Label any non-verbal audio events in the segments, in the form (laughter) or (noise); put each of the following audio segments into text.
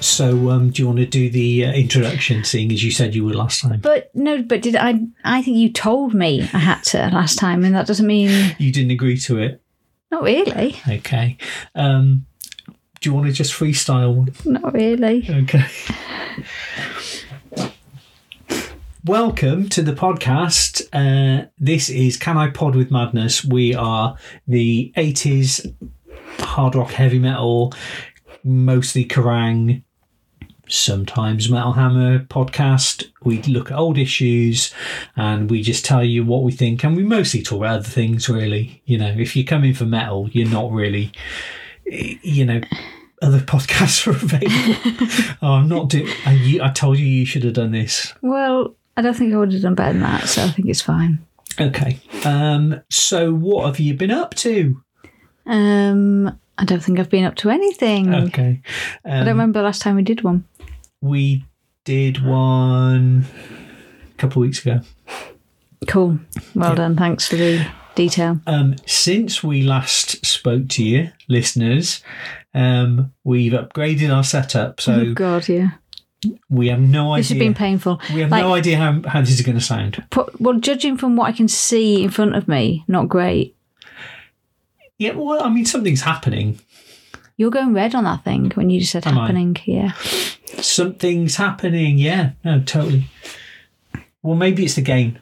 So, um, do you want to do the uh, introduction, seeing as you said you would last time? But no, but did I? I think you told me I had to last time, and that doesn't mean You didn't agree to it. not really, Okay. Um, do you want to just freestyle one? not really. Okay. Welcome to the podcast. Uh, this is Can I Pod with Madness? We are the 80s hard rock, heavy metal, mostly Kerrang, sometimes Metal Hammer podcast. We look at old issues and we just tell you what we think. And we mostly talk about other things, really. You know, if you come in for metal, you're not really, you know, other podcasts (laughs) are available. oh, I'm not doing. I, you- I told you you should have done this. Well, I don't think I would have done better than that, so I think it's fine. Okay. Um. So, what have you been up to? Um, I don't think I've been up to anything. Okay. Um, Mm. I don't remember the last time we did one. We did one a couple of weeks ago. Cool. Well done. Thanks for the detail. Um. Since we last spoke to you, listeners, um, we've upgraded our setup, so oh God, yeah. we have no This has idea. been painful. we have like- no idea how, how this is going to sound. Pro- Well, judging from what I can see in front of me, not great. Yeah, well, I mean, something's happening. You're going red on that thing when you just said Am I? happening. Yeah. Something's happening. Yeah, no, totally. Well, maybe it's the game.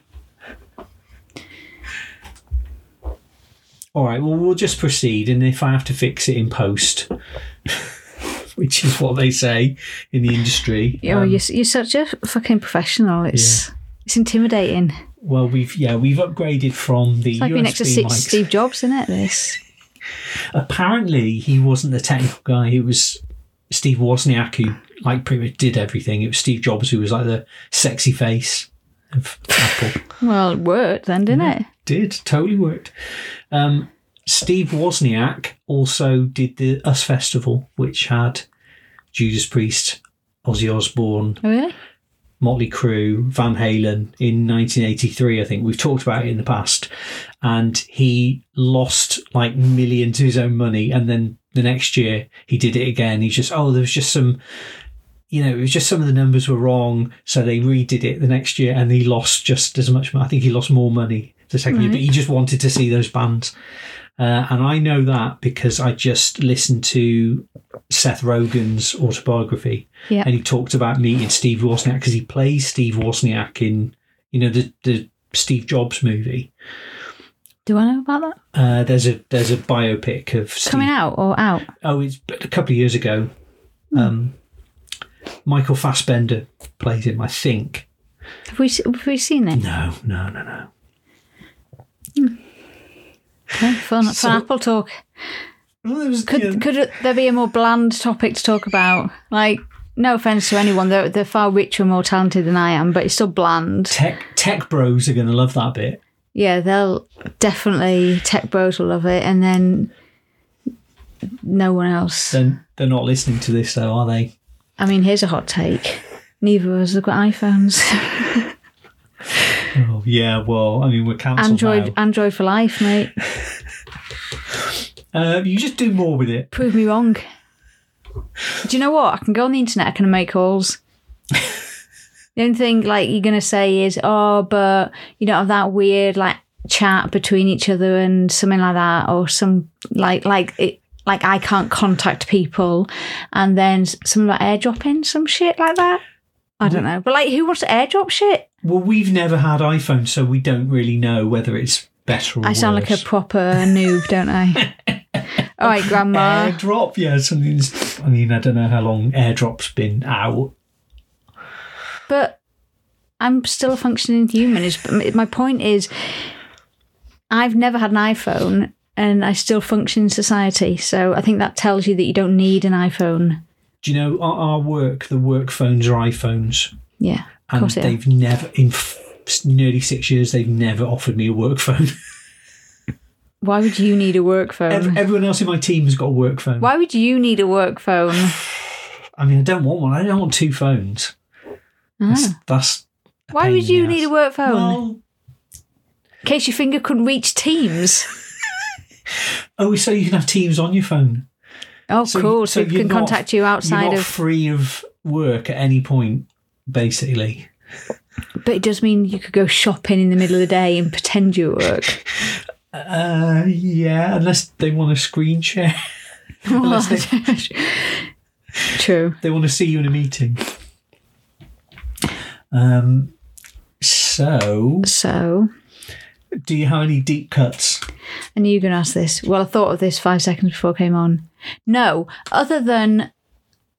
All right. Well, we'll just proceed, and if I have to fix it in post, (laughs) which is what they say in the industry. Oh, um, you're, you're such a fucking professional. It's it's intimidating. Well, we've yeah we've upgraded from the It's like USB being next to Steve, mics. Steve Jobs, isn't it? This. Apparently, he wasn't the technical guy. It was Steve Wozniak who like pretty much did everything. It was Steve Jobs who was like the sexy face of Apple. Well, it worked then, didn't it? did totally worked. Um, Steve Wozniak also did the Us Festival, which had Judas Priest, Ozzy Osbourne, Oh, really? Motley Crue, Van Halen in 1983. I think we've talked about it in the past, and he lost like millions of his own money, and then the next year he did it again. He's just oh, there was just some. You know, it was just some of the numbers were wrong, so they redid it the next year, and he lost just as much. mo- I think he lost more money the second year, but he just wanted to see those bands. Uh, and I know that because I just listened to Seth Rogen's autobiography, Yeah. and he talked about meeting Steve Wozniak because he plays Steve Wozniak in you know the the Steve Jobs movie. Do I know about that? Uh, there's a there's a biopic of Steve. Coming out or out? Oh, it's a couple of years ago. Hmm. Um, Michael Fassbender plays him, I think. Have we se- have we seen it? No, no, no, no. Okay, fun, fun So- Apple talk. Well, there was, Could yeah. could there be a more bland topic to talk about? Like, no offense to anyone, they're they're far richer and more talented than I am, but it's still bland. tech tech bros are going to love that bit. Yeah, they'll definitely tech bros will love it, and then no one else. Then they're not listening to this though, are they? I mean, here's a hot take. Neither of us have got iPhones. Oh yeah, well, I mean we're cancelled Android, now. Android for life, mate. Uh, you just do more with it. Prove me wrong. Do you know what? I can go on the internet. I can make calls. the only thing like you're gonna say is, oh, but you don't have that weird like chat between each other and something like that, or some like like it. Like I can't contact people, and then s- something about airdropping some shit like that. I don't know, but like, who wants to airdrop shit? Well, we've never had iPhones, so we don't really know whether it's better or I sound like a worse. proper noob, don't (laughs) I? All right, Grandma. airdrop. Yeah, something's. I mean, I don't know how long airdrop's been out. But I'm still a functioning human. Is my point is, I've never had an iPhone, and I still function in society. So I think that tells you that you don't need an iPhone. Do you know our, our work? The work phones are iPhones, Yeah, of and course it. they've never in f- s- nearly six years, they've never offered me a work phone. Why would you need a work phone? Ev- Everyone else in my team has got a work phone. Why would you need a work phone? I mean, I don't want one. I don't want two phones. Ah. That's, that's a Why pain would in the you ass. need a work phone? Well, In case your finger couldn't reach Teams. oh, so you can have Teams on your phone. Oh, So you- cool. so So, people you're can not- contact you You're outside not of. free of work at any point, basically. But it does mean you could go shopping in the middle of the day and pretend you work. Uh, yeah, unless they want a screen share. (laughs) Unless they, (laughs) True. they want to see you in a meeting. Um, so, So, do you have any deep cuts? I knew you were going to ask this. Well, I thought of this five seconds before I came on. No, other than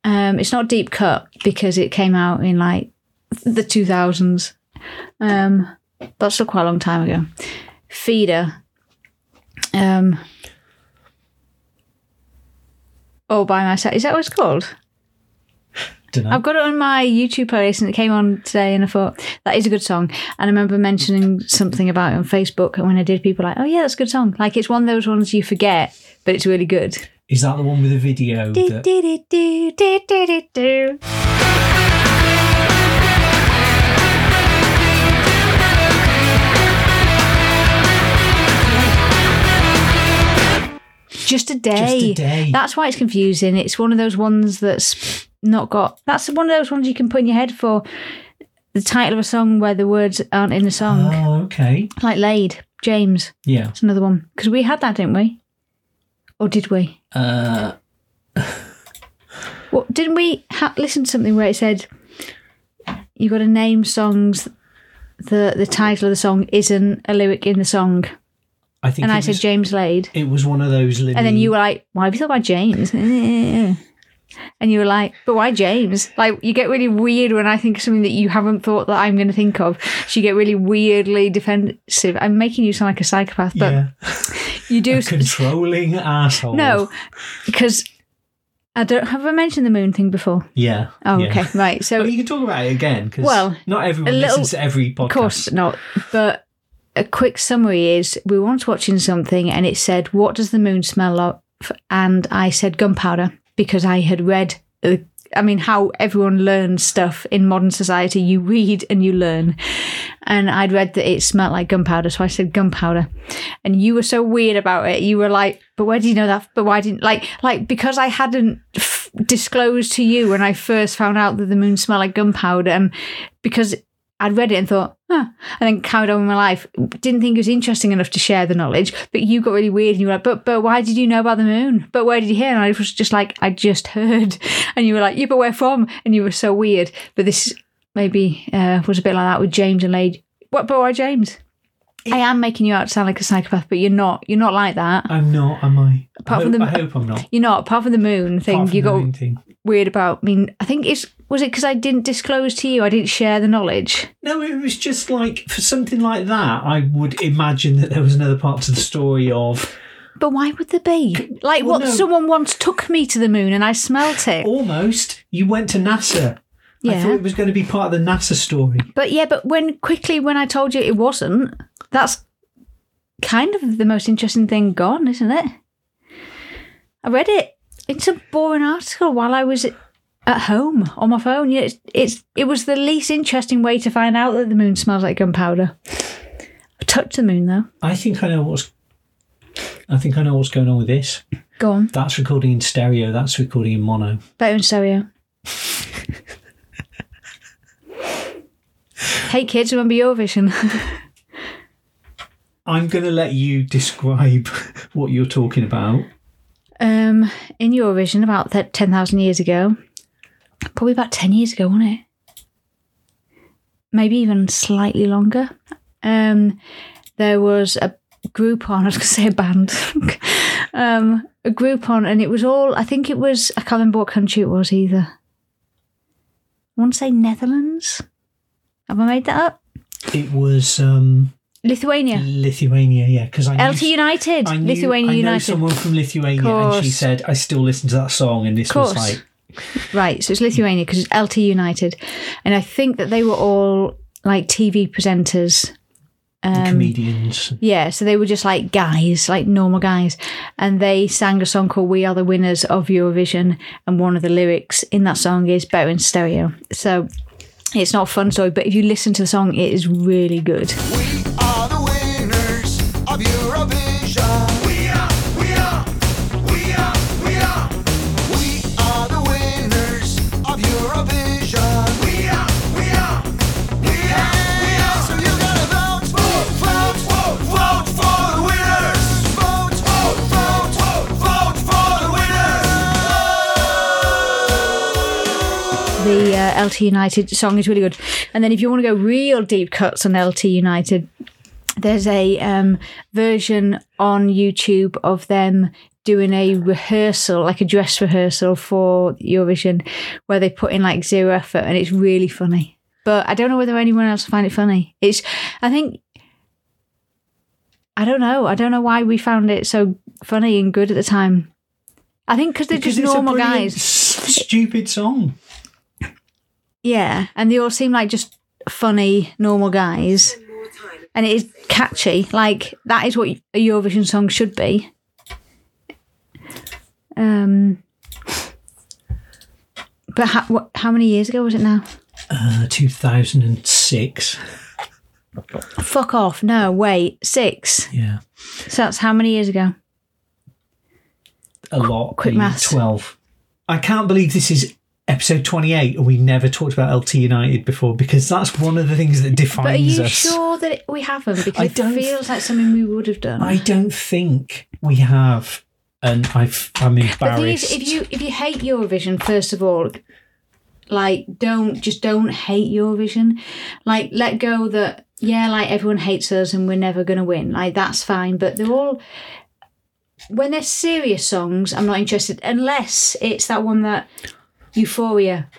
um, it's not deep cut because it came out in like the 2000s. Um, that's still quite a long time ago. Feeder. Um, all by myself. Is that what it's called? Don't know. I've got it on my YouTube playlist and it came on today and I thought that is a good song. And I remember mentioning something about it on Facebook and when I did people were like, Oh yeah, that's a good song. Like it's one of those ones you forget, but it's really good. Is that the one with the video? Do, That, do, do, do, do, do, do, do. Just a day. just a day. That's why it's confusing. It's one of those ones that's not got. That's one of those ones you can put in your head for the title of a song where the words aren't in the song. oh, okay. Like Laid, James. Yeah. That's another one. Because we had that, didn't we? Or did we? Uh, What didn't we ha- listen to something where it said you got to name songs. The the title of the song isn't a lyric in the song, I think and it, I said was, James Laid. it was one of those. Limmy, And then you were like, why have you thought about James? (laughs) and you were like, but why James? Like, you get really weird when I think of something that you haven't thought that I'm going to think of. So you get really weirdly defensive. I'm making you sound like a psychopath, but yeah, you do. (laughs) controlling asshole. No, because I don't. Have I mentioned the moon thing before? Yeah. Oh, yeah. okay. Right. So, (laughs) But you can talk about it again because Well, not everyone a little- listens to every podcast. Of course not. But a quick summary is we were once watching something and it said, What does the moon smell of? And I said, Gunpowder, because I had read, uh, I mean, how everyone learns stuff in modern society. You read and you learn. And I'd read that it smelled like gunpowder. So I said, Gunpowder. And you were so weird about it. You were like, But where do you know that? But why didn't, like, like because I hadn't f- disclosed to you when I first found out that the moon smelled like gunpowder. And because I'd read it and thought, huh, and then carried on with my life. Didn't think it was interesting enough to share the knowledge, but you got really weird and you were like, but, but why did you know about the moon? But where did you hear? And I was just like, I just heard. (laughs) And you were like, yeah, but where from? And you were so weird. But this maybe uh, was a bit like that with James and Lady. What, but why James? I am making you out to sound like a psychopath, but you're not. You're not like that. I'm not, am I? Apart I, from hope, the- I hope I'm not. You're not. Apart from the moon thing, Apart from you the got main thing. weird about. I mean, I think it's was it because I didn't disclose to you? I didn't share the knowledge. No, it was just like for something like that. I would imagine that there was another part to the story of But why would there be? Like, well, what? no. Someone once took me to the moon and I smelt it. almost you went to NASA. I yeah. thought it was going to be part of the NASA story. but yeah, but when quickly, when I told you it wasn't, that's kind of the most interesting thing gone, isn't it? I read it. It's a boring article while I was at home on my phone. Yeah, it's, it's it was the least interesting way to find out that the moon smells like gunpowder. I touched the moon though. I think I know what's. I think I know what's going on with this. Go on, That's recording in stereo. That's recording in mono. better in stereo. hey kids, remember your vision. I'm going to let you describe (laughs) what you're talking about. um, in Eurovision about th- 10,000 years ago. Probably about 10 years ago, wasn't it? Maybe even slightly longer. Um, there was a group on, (laughs) I was going to say a band, um, a group on, and it was all, I think it was, I can't remember what country it was either. I want to say Netherlands. Have I made that up? It was um, Lithuania. Lithuania, yeah, because I knew, LT United. I knew- Lithuania I know United. someone from Lithuania, and she Course. said, "I still listen to that song," and this was Course. like, Right, so it's Lithuania because it's LT United. And I think that they were all like TV presenters. Um, comedians. Yeah, so they were just like guys, like normal guys. And they sang a song called We Are the Winners of Eurovision. And one of the lyrics in that song is Better in Stereo. So it's not a fun story, but if you listen to the song, it is really good. We are the winners of Eurovision. We are, we are, we are, we are. We are the winners of Eurovision. We are, we are, we are, we are. So you gotta vote, vote, vote, vote, vote for the winners. Vote, vote, vote, vote, vote for the winners. The uh, LT United song is really good. And then if you want to go real deep cuts on LT United, there's a um, version on YouTube of them doing a rehearsal, like a dress rehearsal for Eurovision, where they put in like zero effort and it's really funny. But I don't know whether anyone else will find it funny. It's, I think, I don't know. I don't know why we found it so funny and good at the time. I think because they're Because just it's a normal brilliant, guys. s- Stupid song. Yeah, and they all seem like just funny, normal guys. And it is catchy. Like that is what a Eurovision song should be. Um, but how, what, how many years ago was it now? Uh, 2006. Fuck off! No, wait, six. Yeah. So that's how many years ago? A lot. quick being maths. 12. I can't believe this is episode 28 and we never talked about LT United before because that's one of the things that defines But are you us. sure that we haven't? Because I it don't- feels like something we would have done. I don't think we have. And I've, I'm embarrassed. The thing is, if you if you hate Eurovision, first of all, like don't just don't hate Eurovision. Like let go that yeah, like everyone hates us and we're never gonna win. Like that's fine, but they're all when they're serious songs, I'm not interested unless it's that one that Euphoria,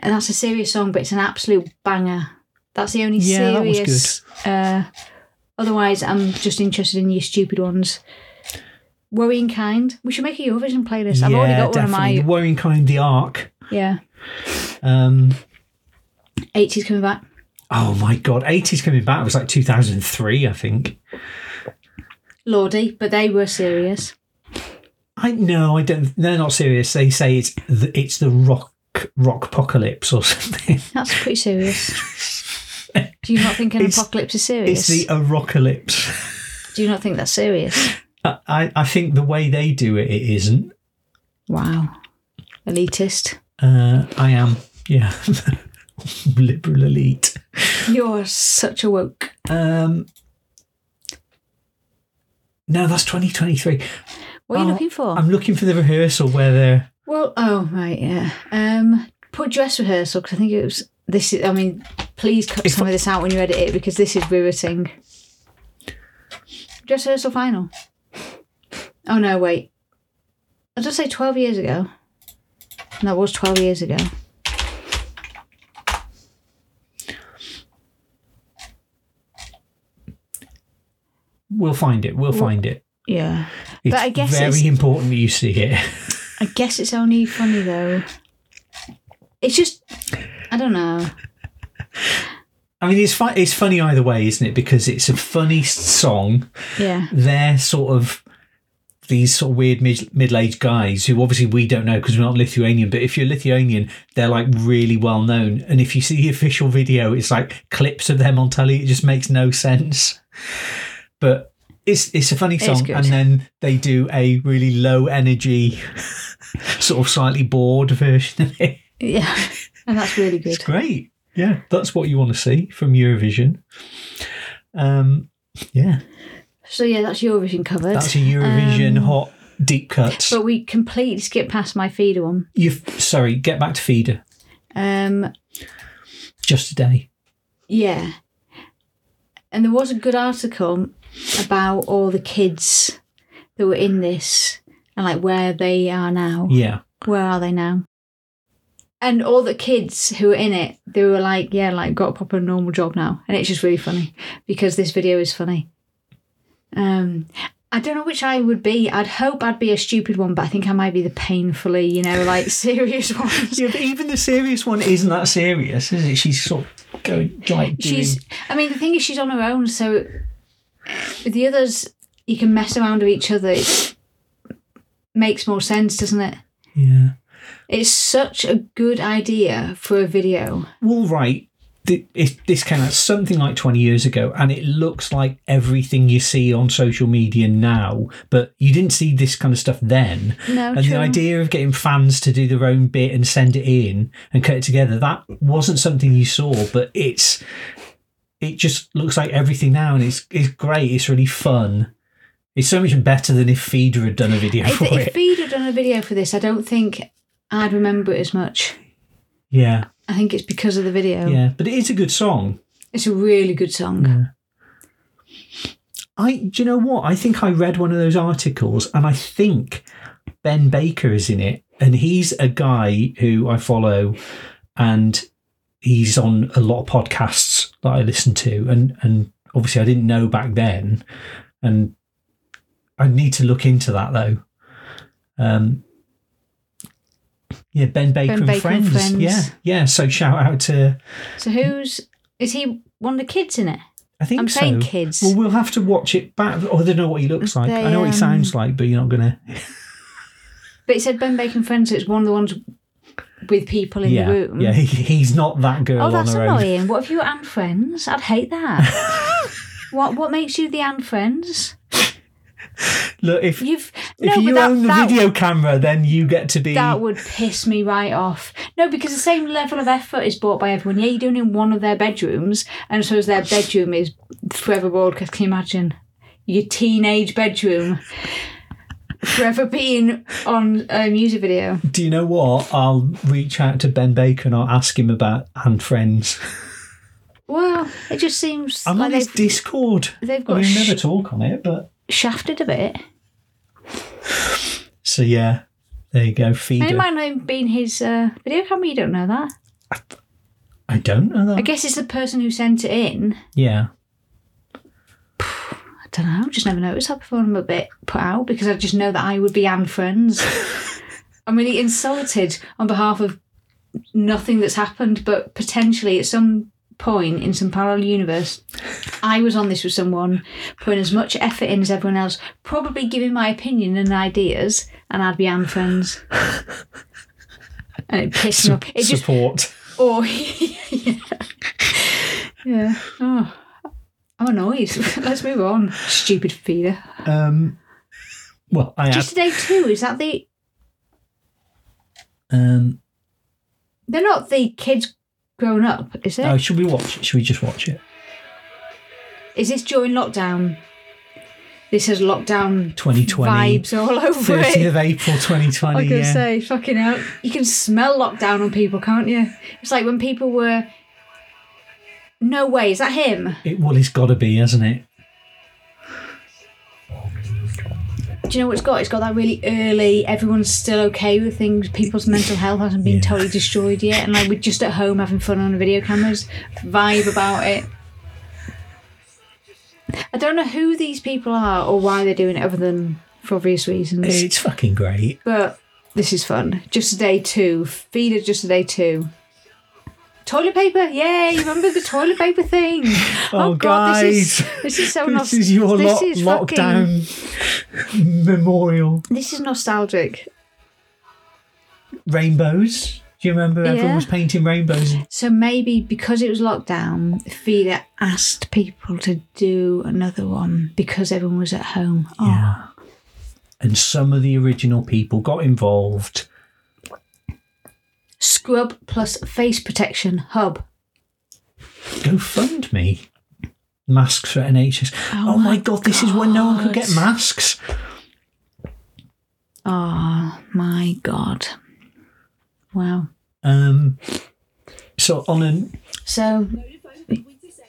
and that's a serious song, but it's an absolute banger. That's the only Yeah, that was serious. Uh, otherwise, I'm just interested in your stupid ones. Worrying kind. We should make a Eurovision playlist. I've yeah, already got definitely. one The of my Worrying Kind, The Ark. yeah. Um, 80s coming back. oh my God. 80s coming back. It was like 2003, I think. Lordy, but they were serious. I no, I don't. They're not serious. They say it's the, it's the rock rock apocalypse or (laughs) something. That's pretty serious. (laughs) Do you not think an It's- apocalypse is serious? It's the arocalypse. Do you not think that's serious? I, I I think the way they do it, it isn't. Wow, elitist. Uh, I am yeah, (laughs) liberal elite. You're such a woke. Um, no, that's twenty twenty three. What are you Oh, looking for? I'm looking for the rehearsal where they're. Well, oh right, yeah. Um, put dress rehearsal because I think it was. This is. I mean, please cut some of this out when you edit it because this is riveting. Dress rehearsal final. Oh no, wait. I just say twelve years ago. And that was twelve years ago. We'll find it. We'll find it. Yeah, It's I guess very it's- important that you see it. I guess it's only funny though. It's just. I don't know. I mean, it's fu- it's funny either way, isn't it? Because it's a funny s- song. Yeah. They're sort of these sort of weird mid- middle-aged guys who obviously we don't know because we're not Lithuanian. But if you're Lithuanian, they're like really well known. And if you see the official video, it's like clips of them on telly. It just makes no sense. But it's it's a funny song, good. and then they do a really low energy, sort of slightly bored version of it. Yeah. (laughs) And that's really good. It's great. Yeah, that's what you want to see from Eurovision. Um, yeah, So yeah, that's Eurovision covered. that's a Eurovision Um, hot deep cuts. But we completely skipped past my feeder one. you sorry, get back to feeder Um, just today. yeah. And there was a good article about all the kids that were in this and like where they are now. Yeah, Where are they now? And all the kids who were in it, they were like, yeah, like got a proper normal job now. And it's just really funny because this video is funny. Um, I don't know which I would be. I'd hope I'd be a stupid one, but I think I might be the painfully, you know, like (laughs) serious ones. yeah, but even the serious one isn't that serious, is it? She's sort of going like doing she's i mean the thing is she's on her own so with the others you can mess around with each other it makes more sense doesn't it Yeah. it's such a good idea for a video Well, right. th- If this came out something like 20 years ago, and it looks like everything you see on social media now, but you didn't see this kind of stuff then. No, and Oh, true. the idea of getting fans to do their own bit and send it in and cut it together, that wasn't something you saw, but it's it just looks like everything now, and it's it's great. It's really fun. It's so much better than if Feeder had done a video if, (laughs) for if it. Feed had done a video for this i don't think i'd remember it as much Yeah, i think it's because of the video yeah. But it is a good song. it's a really good song I do you know what? I think I read one of those articles and I think Ben Baker is in it. And he's a guy who I follow and he's on a lot of podcasts that I listen to and and obviously I didn't know back then and I need to look into that though. Um yeah, Ben Baker, and, Baker and friends. Friends. Yeah, yeah. So shout out to so who's is he one of the kids in it I think i'm so. saying kids Well, we'll have to watch it back. Oh, I don't know what he looks like. They, I know what he um, sounds like, but you're not gonna. but he said ben bacon friends it's one of the ones with people in yeah, the room yeah. (laughs) He, he's not that girl Oh, on that's her own. annoying. What if you were and friends? I'd hate that. (laughs) what What makes you the and friends? Look, if You've if no, but you that, own the that, video camera, then you get to be. that would piss me right off. No, because the same level of effort is bought by everyone. Yeah, you're doing it in one of their bedrooms, and so as their bedroom is forever broadcast. Can you imagine your teenage bedroom forever being on a music video? Do you know what? I'll reach out to Ben Baker and I'll ask him about hand friends. Well, it just seems I'm like on his they've Discord. they've I got mean, sh- never talk on it, but shafted a bit. so yeah. There you go, And it feeder. might not have been his uh, video camera. You don't know that. I don't know that. I guess it's the person who sent it in. Yeah, I don't know. I've just never noticed that before. I'm a bit put out because I just know that I would be Anne friends. I'm really insulted on behalf of nothing that's happened, but potentially at some point in some parallel universe, I was on this with someone, putting as much effort in as everyone else, probably giving my opinion and ideas, and I'd be Anne friends. and it pissed me off. It just support. Oh, (laughs) yeah. yeah. Oh, I'm annoyed. (laughs) Let's move on. Stupid feeder. Um, well, I Just today too. Is that the? had. Um, They're not the kids grown up, is it? oh, should we watch it? Should we just watch it? Is this during lockdown? This has lockdown 2020. vibes all over 30th it. of April 2020. I was gonna yeah. say, fucking hell. You can smell lockdown on people, can't you? It's like when people were. No way, is that him? It, well, it's got to be, hasn't it? Do you know what it's got? It's got that really early, everyone's still okay with things, people's mental health hasn't been Yeah. totally destroyed yet, and like we're just at home having fun on video cameras vibe about it. I don't know who these people are or why they're doing it other than for obvious reasons, It's fucking great. but this is fun. Just a day two. Feeder just a day two. Toilet paper, yay! You remember the toilet paper thing? (laughs) Oh, this guys. is this is so This nos- is your this lo- is fucking- lockdown memorial. This is nostalgic. Rainbows. Do you remember everyone Yeah. was painting rainbows? So maybe because it was lockdown, Feeder asked people to do another one because everyone was at home. Oh, Yeah. And some of the original people got involved. Scrub plus face protection hub. GoFundMe. Masks for NHS. Oh, my, my god, this is when no one could get God. masks. Oh my god. Wow. Um, so on an So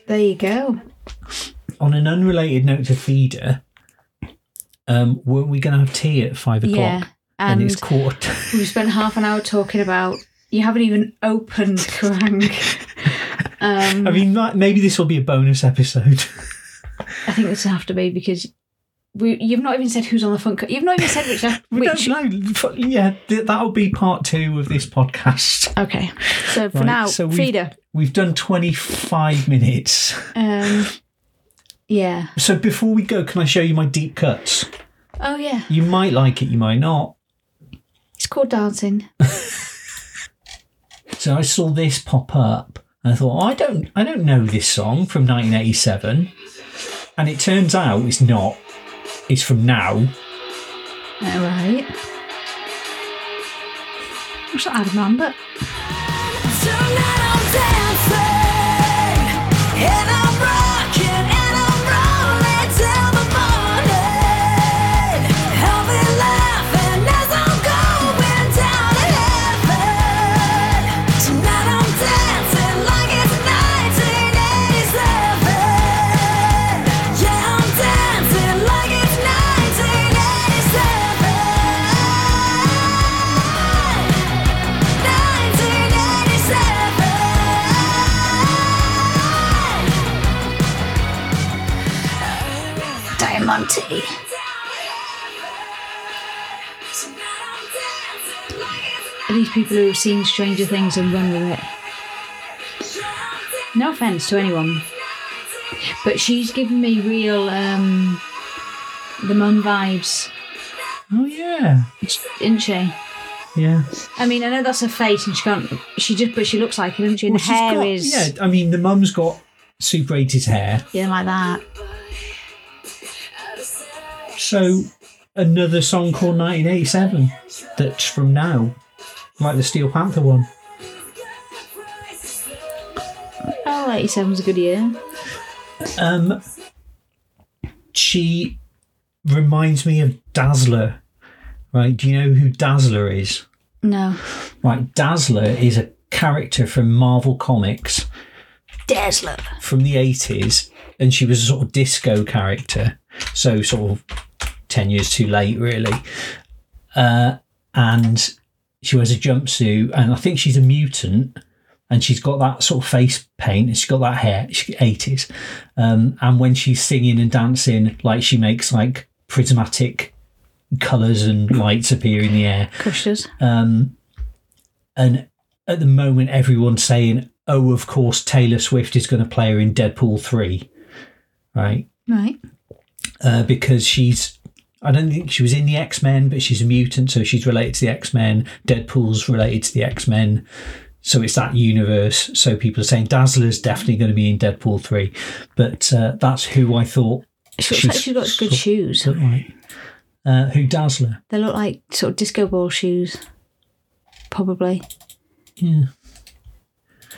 there you go. on an unrelated note to feeder, um, weren't we going to have tea at five o'clock? Yeah. and, And it's quarter. to- we've spent half an hour talking about you haven't even opened (laughs) Kerrang. Um, (laughs) I mean, that, maybe this will be a bonus episode. (laughs) I think this will have to be because we, you've not even said who's on the front. co- You've not even said which. (laughs) we which don't know. F- Yeah, th- that'll be part two of this podcast. Okay. So for Right, now, so we've- feeder. We've done 25 minutes. Um, yeah. So before we go, can I show you my deep cuts? Oh, yeah. You might like it, you might not. It's called dancing. So I saw this pop up and I thought, oh, I don't I don't know this song from 1987. And it turns out it's not. It's from now. All right. What's that Adam Lambert? Tonight I'm dancing and I'm rocking and I'm rolling till the morning. I'll be laughing as I'm going down to heaven. Tonight I'm dancing like it's 1987. Yeah, I'm dancing like it's 1987. 1987. Diamante. Are these people who have seen Stranger Things and run with it? No offense to anyone, but she's given me real um, the Mum vibes, Oh yeah. isn't she? Yeah. I mean, I know that's her face, and she can't. She just, but she looks like it, doesn't she? And Well, the she's hair got- is Yeah, I mean the mum's got super 80s hair. yeah, like that. So another song called 1987 that's from now. Like the Steel Panther one. Oh, 87's a good year. Um, she reminds me of Dazzler. Right? Do you know who Dazzler is? No, Right, Dazzler is a character from Marvel Comics Dazzler. from the 80s, and she was a sort of disco character. So, sort of 10 years too late, really. Uh, and she wears a jumpsuit, and I think she's a mutant. And she's got that sort of face paint, and she's got that hair, she, 80s. Um, and when she's singing and dancing, like she makes like prismatic colours and lights appear in the air. Crushed us. Um, and at the moment, everyone's saying, oh, of course, Taylor Swift is going to play her in Deadpool 3, right? Right. Uh, because she's, I don't think she was in the X Men, but she's a mutant, so she's related to the X Men. Deadpool's related to the X Men. So it's that universe. So people are saying Dazzler's definitely going to be in Deadpool 3. But uh, that's who I thought. She looks like she's got good shoes. looked like. Uh, who Dazzler? They look like sort of disco ball shoes, probably. Yeah.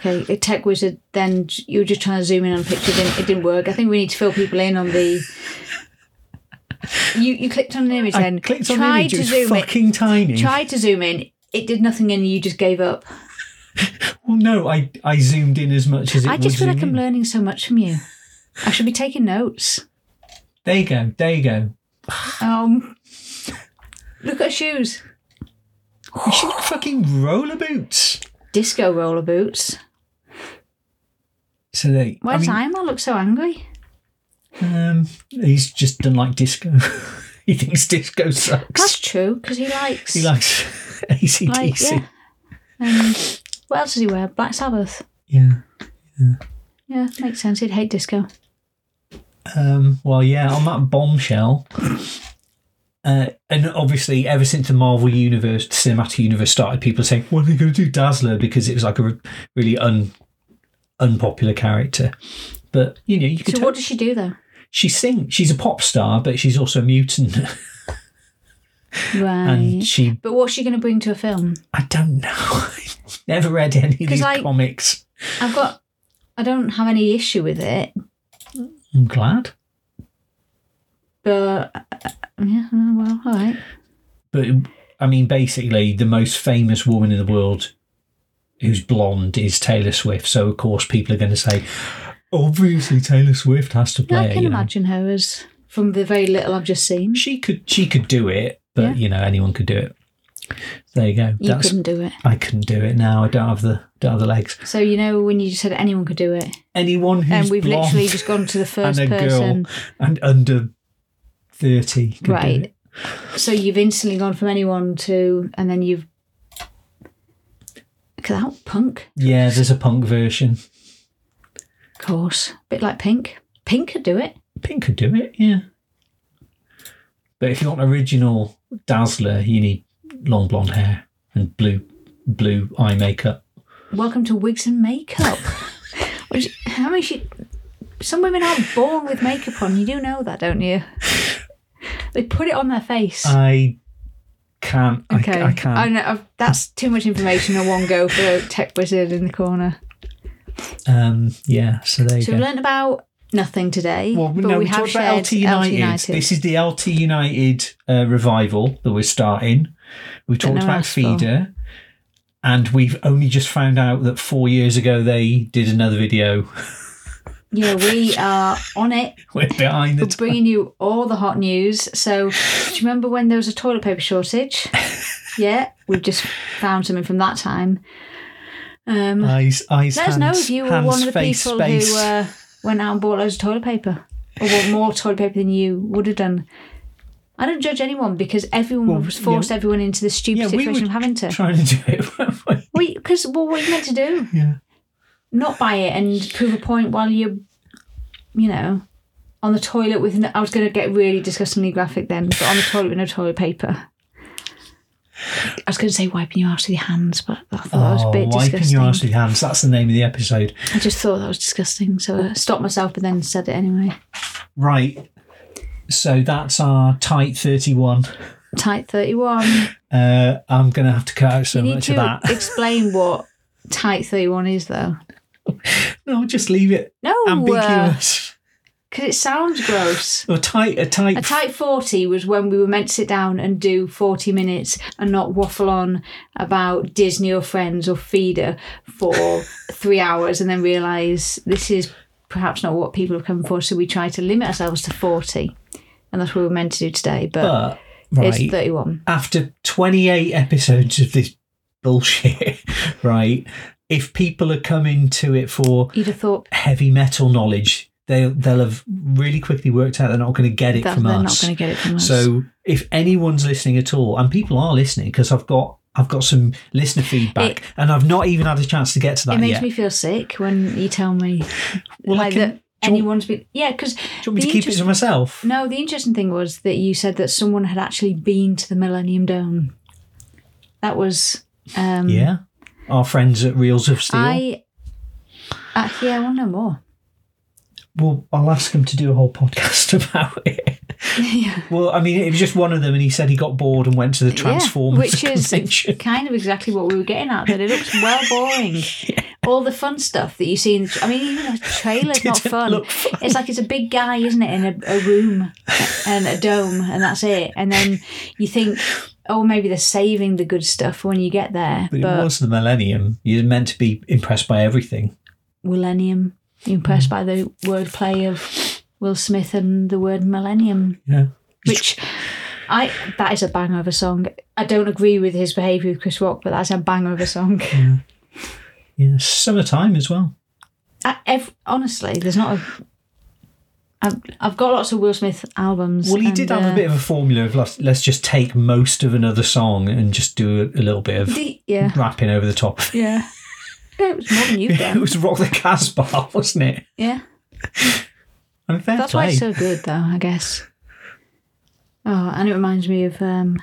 Okay, a tech wizard. Then you were just trying to zoom in on a picture. Didn't, it didn't work. I think we need to fill people in on the. You you clicked on an image. I then clicked on the tried image. to It was zoom in. fucking tiny. Tried to zoom in. It did nothing, and you just gave up. Well, no, I, I zoomed in as much as it I would just feel like zoom I'm in. learning so much from you. I should be taking notes. There you go. There you go. Um, look at her shoes. Oh. You should fucking roller boots. Disco roller boots. So they. Why does I Imar look so angry? mean, um, he's just done like disco. (laughs) he thinks disco That's sucks. true because he likes. He likes (laughs) ACDC. like, yeah. Um, what else does he wear? Black Sabbath. yeah. Yeah, makes sense. He'd hate disco. Um, well, yeah, on that bombshell. Uh, and obviously, ever since the Marvel Universe, cinematic universe started, people are saying, "What are they going to do, Dazzler?" Because it was like a re- really un unpopular character. But you know, you could. So tell- what does she do though? she sings. She's a pop star, but she's also a mutant, (laughs) Right. and she. but what's she going to bring to a film? I don't know. (laughs) I never read any of 'Cause, these like- comics. I've got. I don't have any issue with it, I'm glad, but uh, yeah. oh, Well, all right. but I mean, basically, the most famous woman in the world, who's blonde, is Taylor Swift. So of course, people are going to say, obviously, Taylor Swift has to Yeah, play. I her, can you know. imagine her as from the very little I've just seen. She could. She could do it, but Yeah. you know, anyone could do it. There you go. You That's. couldn't do it. I couldn't do it now. I don't have the don't have the legs. So you know when you said anyone could do it, Anyone who's and we've blonde, literally just gone to the first (laughs) and a person, girl and under 30 could do right? it. So you've instantly gone from anyone to, and then you've. check that out. Punk, Yeah, there's a punk version. of course. bit like Pink. Pink could do it. Pink could do it, yeah. But if you want original Dazzler, you need long blonde hair and blue blue eye makeup. Welcome to Wigs (laughs) and Makeup. Which, how many should. Some women aren't born with makeup on. You do know that, (laughs) don't you? They put it on their face. I can't. okay. Uh, I, I can't. know, I've, that's too much information in one go for a tech wizard in the corner. Um, yeah, so there you So go. we've learnt about nothing today. Well, but no, we we, have talked about shared LT United. LT United. This is the LT United uh, revival that we're starting. We Don't talked know about else for. Feeder, and we've only just found out that four years ago they did another video. (laughs) yeah, we are on it. we're behind the We're time. bringing you all the hot news. So, do you remember when there was a toilet (laughs) paper shortage? yeah, we've just found something from that time. Um, Eyes, eyes, let us hands, know if you were hands, one of the face, people space. who uh, went out and bought loads of toilet paper or bought more toilet paper than you would have done. I don't judge anyone because everyone Well, was forced everyone into the stupid yeah, we situation were of having (laughs) to. trying to do it. (laughs) weren't we? Because well, what are you meant to do? Yeah. Not buy it and prove a point while you're, you know, on the toilet with. No, I was going to get really disgustingly graphic then, but on the toilet with no toilet paper. I was going to say wiping your ass with your hands, but I thought that was a oh, bit wiping disgusting. your ass with your hands. That's the name of the episode. I just thought that was disgusting, so I stopped myself, but then said it anyway. Right. So that's our tight 31. Tight 31. Uh, I'm going to have to cut out so you need much of to that. (laughs) explain what tight 31 is, though. No, just leave it No, because ambiguous. it sounds gross. or tight, a tight. uh, A tight 40 was when we were meant to sit down and do 40 minutes and not waffle on about Disney or Friends or Feeder (laughs) for three hours and then realise this is perhaps not what people have come for. So we try to limit ourselves to 40. And that's what we were meant to do today, but, but right it's 31. after 28 episodes of this bullshit, (laughs) right? If people are coming to it for You'd have thought heavy metal knowledge, they they'll have really quickly worked out they're not going to get it that from they're not us. going to get it from us. So if anyone's listening at all, and people are listening because I've got I've got some listener feedback, It- and I've not even had a chance to get to It that makes yet. me feel sick when you tell me well, I like can, that do you want- anyone's been. Yeah, because do you want me to keep it to myself? no, the interesting thing was that you said that someone had actually been to the Millennium Dome. That was um, Yeah, our friends at Reels of Steel. I uh, yeah, I want to know more. Well, I'll ask him to do a whole podcast (laughs) about it. yeah, Well, I mean, it was just one of them, and he said he got bored and went to the Transformers which is convention. (laughs) kind of exactly what we were getting at. That it looks well boring. All the fun stuff that you see in the. Tra- I mean, even the trailer's not Didn't fun. look fun. It's like it's a big guy, isn't it, in a, a room and a dome, and that's it. And then you think, oh, maybe they're saving the good stuff when you get there. But But, it was the millennium. You're meant to be impressed by everything. millennium. You impressed by the wordplay of Will Smith and the word millennium, Yeah. which I that is a banger of a song. I don't agree with his behaviour with Chris Rock, but that's a banger of (laughs) a song. Yeah. Summertime as well. I, ev- honestly, there's not a. I've, I've got lots of Will Smith albums. Well, he and, did have uh, a bit of a formula of let's, let's just take most of another song and just do a, a little bit of the- yeah, rapping over the top. yeah. Yeah, It was more than you've (laughs) it done. was Rock the Casbah, (laughs) wasn't it? Yeah, And fair that's play. why it's so good, though. I guess. Oh, and it reminds me of um,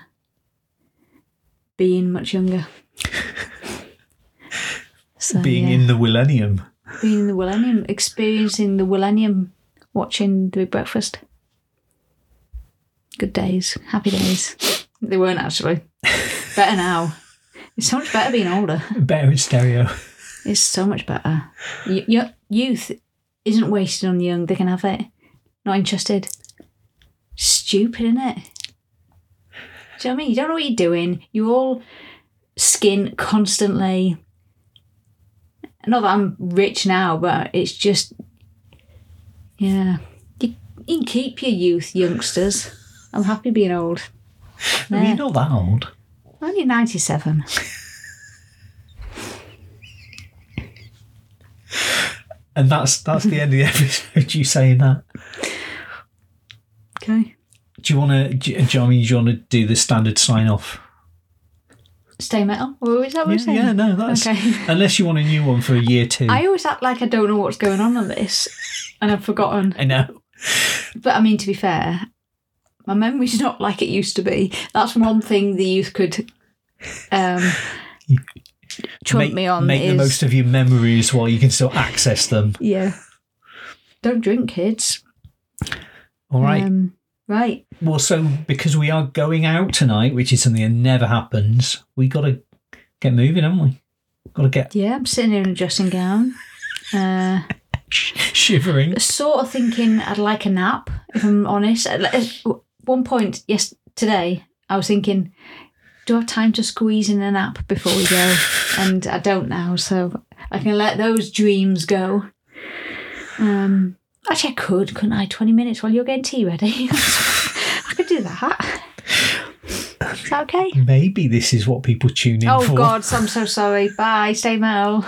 being much (laughs) younger. So, Being yeah. in the millennium. being in the millennium, experiencing the millennium, watching the Big Breakfast. Good days, happy days. They (laughs) weren't actually. better now. It's so much better being older. Better in stereo. (laughs) It's so much better. Y- y- youth isn't wasted on the young. They can have it. Not interested. Stupid, isn't it? Do you know what I mean? You don't know what you're doing. You all skin constantly. Not that I'm rich now, but it's just, yeah. You, you can keep your youth, youngsters. I'm happy being old. I mean, Yeah. you're not that old. Only 97. And that's that's the (laughs) end of the episode. You saying that? Okay. Do you want to, Johnny? Do you want to do the standard sign off? Stay metal. Oh, is that what you're saying? yeah, no, that's Okay. unless you want a new one for year two. I always act like I don't know what's going on on this, and I've forgotten. I know. But I mean, to be fair, my memory's not like it used to be. That's one thing the youth could um, trump make me on. make is, the most of your memories while you can still access them. yeah. Don't drink, kids. All right. Um, right. well, so because we are going out tonight, which is something that never happens, we got to get moving, haven't we? Got to (laughs) get Yeah, I'm sitting here in a dressing gown. Uh, shivering. sort of thinking I'd like a nap, if I'm honest. At at one point, yes, today, I was thinking, do I have time to squeeze in a nap before we go? And I don't now, so I can let those dreams go. Um, actually, I could, couldn't I? 20 minutes while you're getting tea ready. (laughs) I could do that. Is that okay? Maybe this is what people tune in Oh, for. God, I'm so sorry. Bye. Stay metal.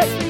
It's